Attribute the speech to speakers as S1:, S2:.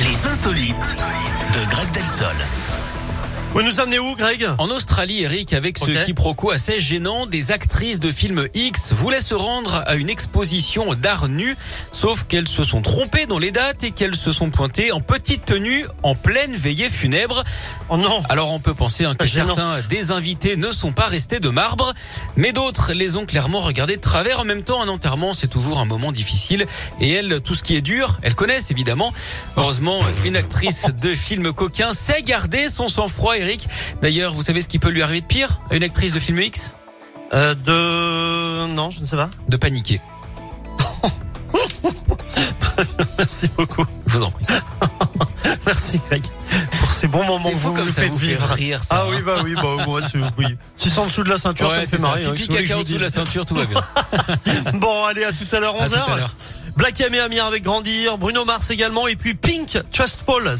S1: Les insolites de Greg Delsol.
S2: Vous nous amenez où, Greg
S3: En Australie, Eric, avec ce
S2: Ok.
S3: quiproquo assez gênant, des actrices de films X voulaient se rendre à une exposition d'art nu, sauf qu'elles se sont trompées dans les dates et qu'elles se sont pointées en petite tenue, en pleine veillée funèbre.
S2: Oh non
S3: Alors on peut penser hein, que
S2: Ah, gênant.
S3: certains des invités ne sont pas restés de marbre, mais d'autres les ont clairement regardés de travers. En même temps, un enterrement, c'est toujours un moment difficile. Et elles, tout ce qui est dur, elles connaissent évidemment. Heureusement, une actrice de film coquin sait garder son sang-froid, Eric. D'ailleurs, vous savez ce qui peut lui arriver de pire à une actrice de film X
S2: euh, De... Non, je ne sais pas.
S3: De paniquer.
S2: Merci beaucoup.
S3: Je vous en prie.
S2: Merci, Greg, pour ces bons moments
S3: C'est
S2: que
S3: fou
S2: vous
S3: comme
S2: nous
S3: ça
S2: faites
S3: vous fait
S2: vivre.
S3: rire, ça. hein.
S2: Ah oui, bah oui, bah moi, c'est... Oui. Si c'est en dessous de la ceinture, ça me
S3: Ouais,
S2: fait
S3: c'est ça.
S2: marrer. hein,
S3: Pipi,
S2: je voulais que je
S3: caca en
S2: vous
S3: dessous de la
S2: dise.
S3: ceinture, tout va bien.
S2: Bon, allez, à tout à l'heure,
S3: À tout à
S2: 11h.
S3: l'heure.
S2: Black M et Amir avec Grandir, Bruno Mars également, et puis Pink, Trust Fall.